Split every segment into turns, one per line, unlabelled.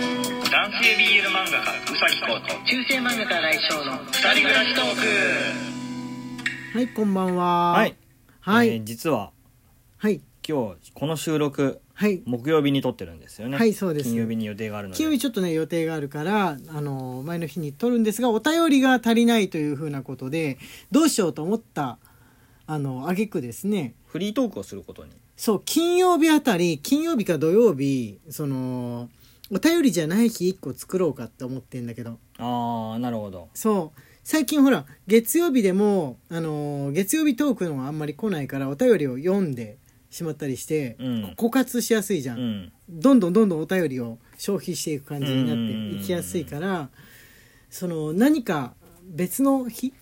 男性 BL 漫画家うさぎこと
中世漫画家来翔の
二人暮らしトーク
はい、こんばんは。
はい。、
は
えー
い、
実は
はい、
今日この収録
はい。
木曜日に撮ってるんですよね
はいそうです
金曜日に予定があるので
金曜日ちょっとね、予定があるから、あの、前の日に撮るんですが、お便りが足りないというふうなことで、どうしようと思った、あの、挙句ですね、
フリートークをすることに
そう、金曜日あたり、金曜日か土曜日、その、お便りじゃない日一個作ろうかって思ってんだけど、
ああなるほど
そう最近ほら月曜日でも、あのー月曜日トークのがあんまり来ないからお便りを読んでしまったりして、
うん
枯渇しやすいじゃ、
うんん
どんどんどんどんお便りを消費していく感じにな
うん
っていきやすいからその何か別の日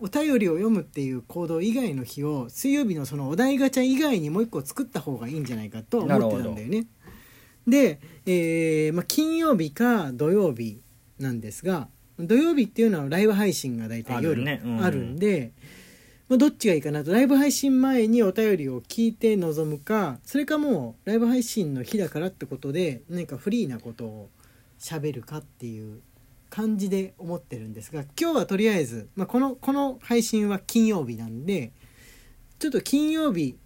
お便りを読むっていう行動以外の日を水曜日のそのお題ガチャ以外にもう一個作った方がいいんじゃないかと思ってたんだよね。で、えーまあ、金曜日か土曜日なんですが土曜日っていうのはライブ配信が大体
ある
夜
ねうん
あるんで。まあ、どっちがいいかなとライブ配信前にお便りを聞いて臨むかそれかもうライブ配信の日だからってことで何かフリーなことを喋るかっていう感じで思ってるんですが今日はとりあえず、まあ、このこの配信は金曜日なんでちょっと金曜日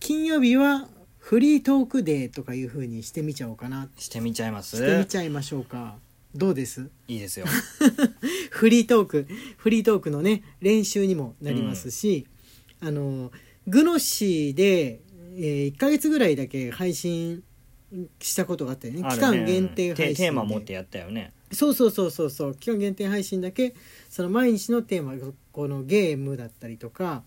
金曜日はフリートークデーとかいう風にしてみちゃおうかな
してみちゃいます
してみちゃいましょうかどうです
いいですよ
フリートークフリートークのね練習にもなりますし、あのグノシーで、え1ヶ月ぐらいだけ配信したことがあったよね
ある
期
ね
間限定配信で
テテーマ持ってやったよね
そうそうそうそうそう期間限定配信だけその毎日のテーマこのゲームだったりとか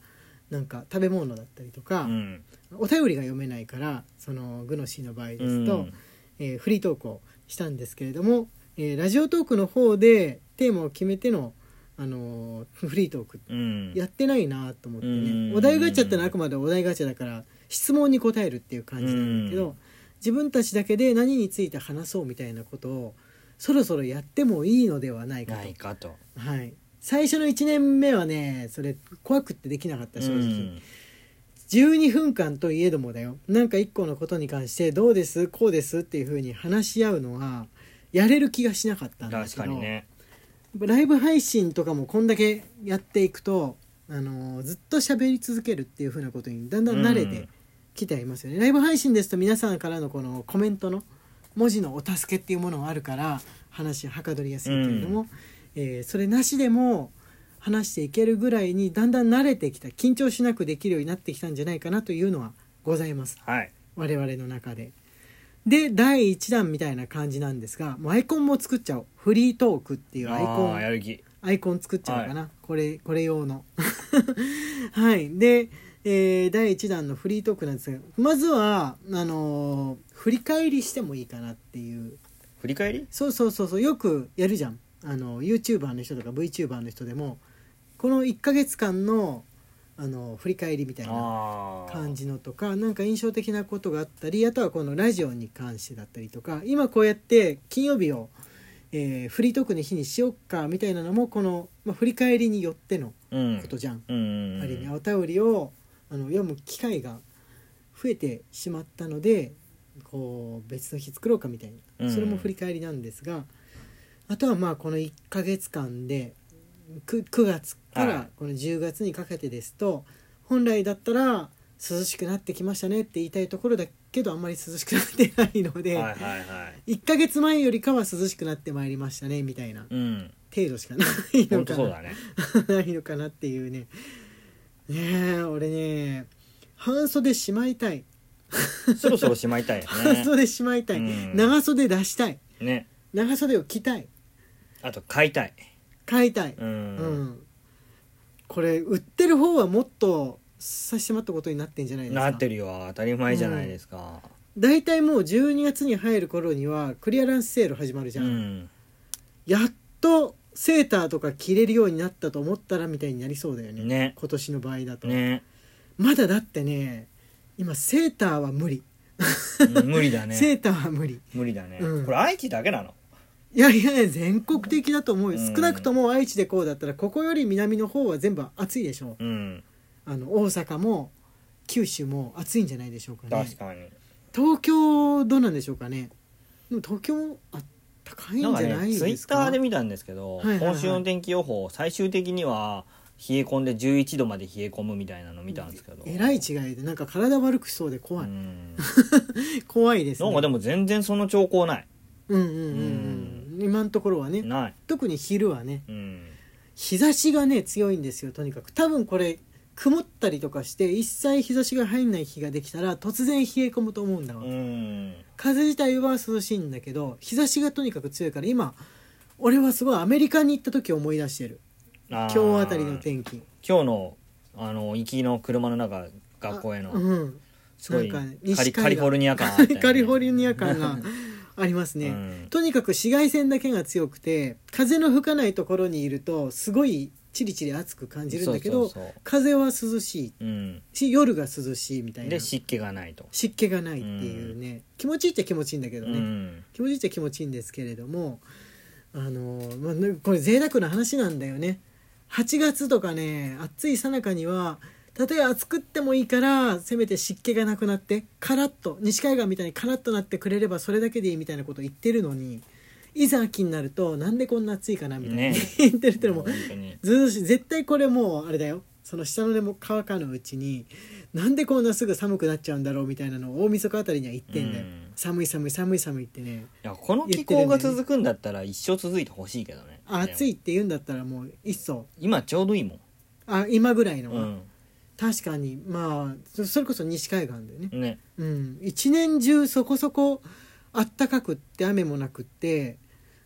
なんか食べ物だったりとか、
うん
お便りが読めないからそのグノシーの場合ですと、
うん
えーフリートークをしたんですけれども、えーラジオトークの方でテーマを決めての、あのーフリートーク
うん
やってないなと思って
うん
ねお題ガチャってのはあくまでお題ガチャだから質問に答えるっていう感じなんだけ
う
ど自分たちだけで何について話そうみたいなことをそろそろやってもいいのではないかと
ないかと
はい、最初の1年目はねそれ怖くってできなかった正直。
うん
12分間といえどもだよなんか一個のことに関してどうですこうですっていうふうに話し合うのはやれる気がしなかったんだけ
確
ど
かにね
ライブ配信とかもこんだけやっていくと、あのーずっと喋り続けるっていうふうなことにだんだん慣れ
う
て
ん
きていますよね、ライブ配信ですと皆さんからのこのコメントの文字のお助けっていうものがあるから話はかどりやすいけれども、えーそれなしでも話していけるぐらいにだんだん慣れてきた緊張しなくできるようになってきたんじゃないかなというのはございます
はい
我々の中で。で第1弾みたいな感じなんですがもうアイコンも作っちゃおうフリートークっていうアイコ
あー
ン
やる気
アイコン作っちゃうかな、これこれ用の はいで、えー第1弾のフリートークなんですがまずはあのー振り返りしてもいいかなっていう
振り返り
そうそうそうそうよくやるじゃんあの YouTuber の人とか VTuber の人でもこの1ヶ月間のあの振り返りみたいな
ああ
感じのとかなんか印象的なことがあったりあとはこのラジオに関してだったりとか今こうやって金曜日を、えーフリートークの日にしよっかみたいなのもこの、まあ、振り返りによっての
うん
ことじゃん、
うん
ある意味お便りをあの読む機会が増えてしまったのでこう別の日作ろうかみたいな
うん
それも振り返りなんですが、あとはまあこの1ヶ月間で 9, 月か
は
ら
い
この10月にかけてですと、本来だったら涼しくなってきましたねって言いたいところだけどあんまり涼しくなってないので、
はいはいはい
1ヶ月前よりかは涼しくなってまいりましたねみたいな
うん
程度しかないの
本
か
当
な
そうだね
ないのかなっていうねねえ俺ね半袖しまいたい
そろそろしまいたいよ
半袖しまいたい、
うん
長袖出したい
ねね
長袖を着たい
あと買いたい
買いたい、
う
うんんこれ売ってる方はもっと差し迫ったことになってんじゃないですか
なってるよ当たり前じゃないですか
大体もう12月に入る頃にはクリアランスセール始まるじ
う
ゃん、
ん
やっとセーターとか着れるようになったと思ったらみたいになりそうだよね
ね
今年の場合だと、
ね
まだだってね今セーターは無理
うん無理だ
セ
ね
ーターは無理
無理だね
うん
これ愛知だけなの
いやいや全国的だと思うよ
うん
少なくとも愛知でこうだったらここより南の方は全部暑いでしょ
うん
うあの大阪も九州も暑いんじゃないでしょうかね
確かに
東京どうなんでしょうかねでも東京もあっ高いんじ
な
ゃ
んか
ない
ねツイ
です
ッタ
か
ーで見たんですけど、
はいはいはい
今週の天気予報最終的には冷え込んで11度まで冷え込むみたいなの見たんですけど
えらい違いでなんか体悪くしそうで怖い、
うん
怖いですね
なんかでも全然その兆候ない
うんうんうんうん今のところはね
ない、
特に昼はね
うん、
日差しがね強いんですよとにかく多分これ曇ったりとかして一切日差しが入んない日ができたら突然冷え込むと思うんだわ、
うん
風自体は涼しいんだけど日差しがとにかく強いから今俺はすごいアメリカに行った時思い出してる
今
今日あたりの天気
今日のあの行きの車の中学校への、
うん、
すごい
なんか
カリ
西海岸
カリフォルニア感あったよね、
カリフォルニア感がありますね、
うん
とにかく紫外線だけが強くて風の吹かないところにいるとすごいチリチリ暑く感じるんだけど
そうそうそ、
風は涼しいう
うん、
し夜が涼しいみたいな
で湿気がないと、
湿気がないっていうね、気持ちいいっちゃ気持ちいいんだけど
う
ね、
ん、
気持ちいいっちゃ気持ちいいんですけれどもあのー、まあね、これ贅沢な話なんだよね8月とかね暑い最中にはたとえ暑くってもいいからせめて湿気がなくなってカラッと西海岸みたいにカラッとなってくれればそれだけでいいみたいなこと言ってるのにいざ秋になるとなんでこんな暑いかなみたいな、
ね
言ってるってのも
本当に
ずうし絶対これもうあれだよその下のでも乾かぬうちになんでこんなすぐ寒くなっちゃうんだろうみたいなのを大晦日あたりには言ってんだよ、
うん
寒い寒い寒い寒いってね
いやこの気候が続くんだったら一生続いてほしいけどね
あ暑い
でも
って言うんだったらもういっそ
今ちょうどいいもん、
あ今ぐらいのは、
う
確かにまあそそれこそ西海岸だよね
ん、ね
うん一年中そこそこあったかくって雨もなくって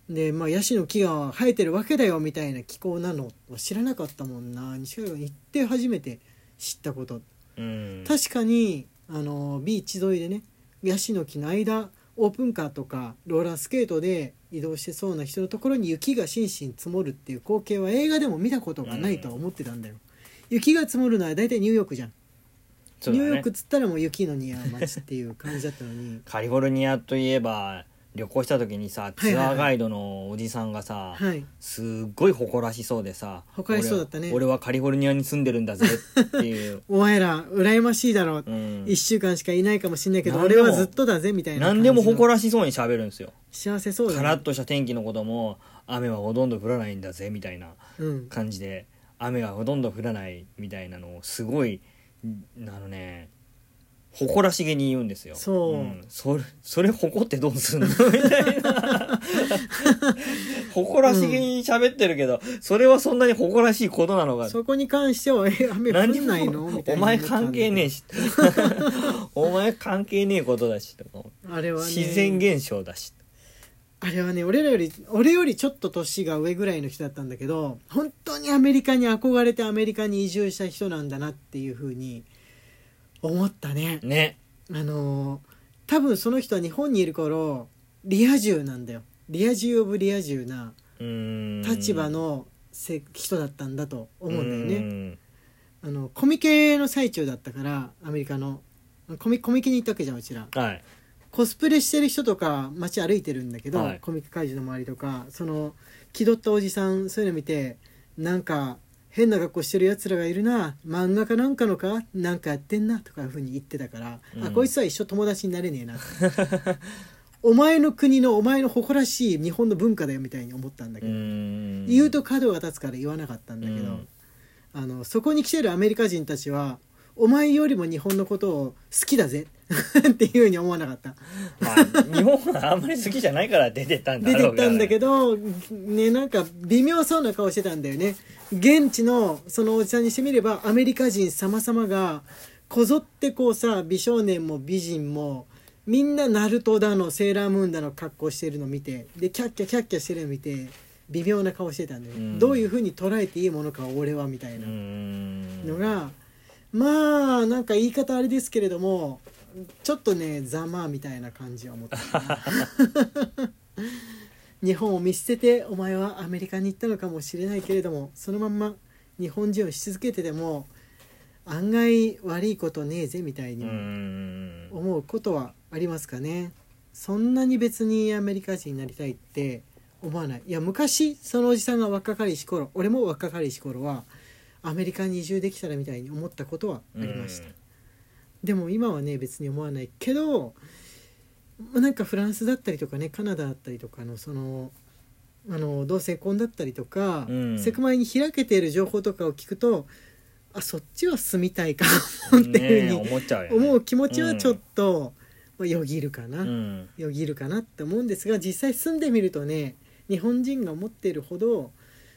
でまあヤシの木が生えてるわけだよみたいな気候なのは知らなかったもんな西海岸行って初めて知ったこと
うん
確かにあのビーチ沿いでねヤシの木の間オープンカーとかローラースケートで移動してそうな人のところに雪がしんしん積もるっていう光景は映画でも見たことがないとは思ってたんだよ、雪が積もるのは大体ニューヨークじゃん、
そう
ニ
だ
ュー
ね
ヨークっつったらもう雪の似合う街っていう感じだったの に
カリフォルニアといえば旅行した時にさ
いはい
ツアーガイドのおじさんがさ、
はい
すっごい誇らしそうでさ
誇らしそうだったね
俺は俺はカリフォルニアに住んでるんだぜって いう、
お前ら羨ましいだろう、
うん
1、週間しかいないかもしんないけど
何で
俺
も
はずっとだぜみたいな
何でも誇
ら
らしそうに喋るんですよ
幸せそうだ
カ
ね
ラッとした天気のことも雨はほとんど降らないんだぜみたいな
うん、
感じで雨はほとんど降らないみたいなのをすごいんあのね誇らしげに言うんですよ
そうん
それそれ誇ってどうすんのみたいな 誇らしげに喋ってるけど、それはそんなに誇らしいことなのか
そこに関しては「え雨降
何に
ん
も
ないの?」みたい
お
な
前関係ね えしお前関係ねえことだしとか
あれはね
自然現象だし
あれはね俺らより俺よりちょっと年が上ぐらいの人だったんだけど本当にアメリカに憧れてアメリカに移住した人なんだなっていうふうに思ったね
ね
あのー多分その人は日本にいる頃リア充なんだよリア充オブリア充な
うーん
立場のせ人だったんだと思うんだよね、
ね
あのコミケの最中だったからアメリカのコミコミケに行ったわけじゃんうちら
はい
コスプレしてる人とか街歩いてるんだけど、
はい
コミック会場の周りとかその気取ったおじさんそういうの見てなんか変な格好してるやつらがいるな漫画かなんかのかなんかやってんなとかいうふうに言ってたから、
う
あ
ん
こいつは一生友達になれねえな お前の国のお前の誇らしい日本の文化だよみたいに思ったんだけ
う
ど、
ーん
言うと角が立つから言わなかったんだけど、
うん
あのそこに来てるアメリカ人たちはお前よりも日本のことを好きだぜ っていうふうに思わなかった。
まあ、日本はあんまり好きじゃないから出てったんだ
出てっ
ろうけど、
たんだけどねなんか微妙そうな顔してたんだよね現地のそのおじさんにしてみればアメリカ人様々がこぞってこうさ美少年も美人もみんなナルトだのセーラームーンだの格好してるの見てでキャッキャキャッキャしてるの見て微妙な顔してたんだよ、
うん
どういうふうに捉えていいものか俺はみたいう
ー
なんのが、まあなんか言い方あれですけれどもちょっとねざまあみたいな感じは思った日本を見捨ててお前はアメリカに行ったのかもしれないけれどもそのまんま日本人をし続けてても案外悪いことねえぜみたいうに
ー
も
ん
思うことはありますかねそんなに別にアメリカ人になりたいって思わないいや昔そのおじさんが若かりし頃俺も若かりし頃はアメリカに移住できたらみたいに思ったことはありましたでも今はね別に思わないけどまあなんかフランスだったりとかねカナダだったりとかのそのあの同性婚だったりとか、
うん
セクマイに開けている情報とかを聞くとあそっちは住みたいかもっていう
ね
ふうに
思っちゃうよ、ね、
思う気持ちはちょっと、まあよぎるかな、
うん
よぎるかなって思うんですが実際住んでみるとね日本人が思っているほど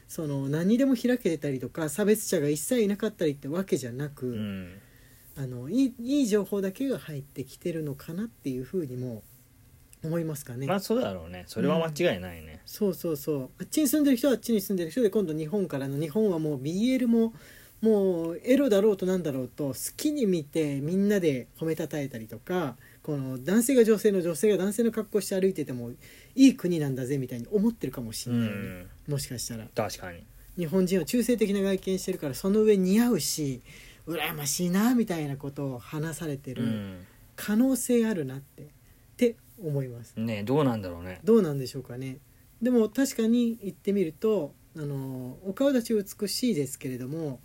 その何にでも開けてたりとか差別者が一切いなかったりってわけじゃなく、
うん
あのいいいい情報だけが入ってきてるのかなっていうふうにも思いますかね。
まあそうだろうねそれは間違いないね、
そうそうそうあっちに住んでる人はあっちに住んでる人で今度日本からの日本はもう BL ももうエロだろうとなんだろうと好きに見てみんなで褒めたたえたりとかこの男性が女性の女性が男性の格好して歩いててもいい国なんだぜみたいに思ってるかもし
う
れ
ん
ないよね、もしかしたら
確かに
日本人は中性的な外見してるからその上似合うし羨ましいなみたいなことを話されて
う
る
ん、
可能性あるなってって思います。
ねどうなんだろうね
どうなんでしょうかねでも確かに言ってみるとあのお顔立ち美しいですけれども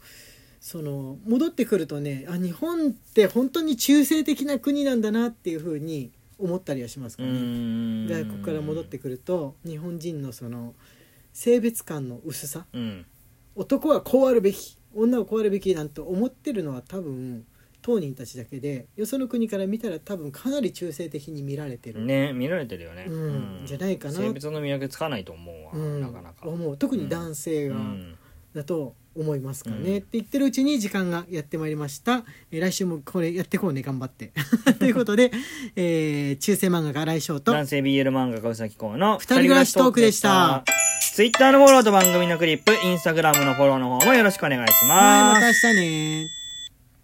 その戻ってくるとねあ日本って本当に中性的な国なんだなっていうふうに思ったりはしますからね、
ん
外国から戻ってくると日本人のその性別感の薄さ
うん
男はこうあるべき女はこうあるべきなんて思ってるのは多分当人たちだけでよその国から見たら多分かなり中性的に見られてる
ね見られてるよね、
うんじゃないかな
性別の見分けつかないと思うわ、
うん
なかなか
思う特に男性が
うん
だと思いますかね、
うん
って言ってるうちに時間がやってまいりました、えー来週もこれやってこうね頑張って ということで、えー中世漫画家来翔と
男性 BL 漫画家うさきこうの
二人暮らしトークでした
ツイッターのフォローと番組のクリップインスタグラムのフォローの方もよろしくお願いし
はいま
ま
た
す
明日ね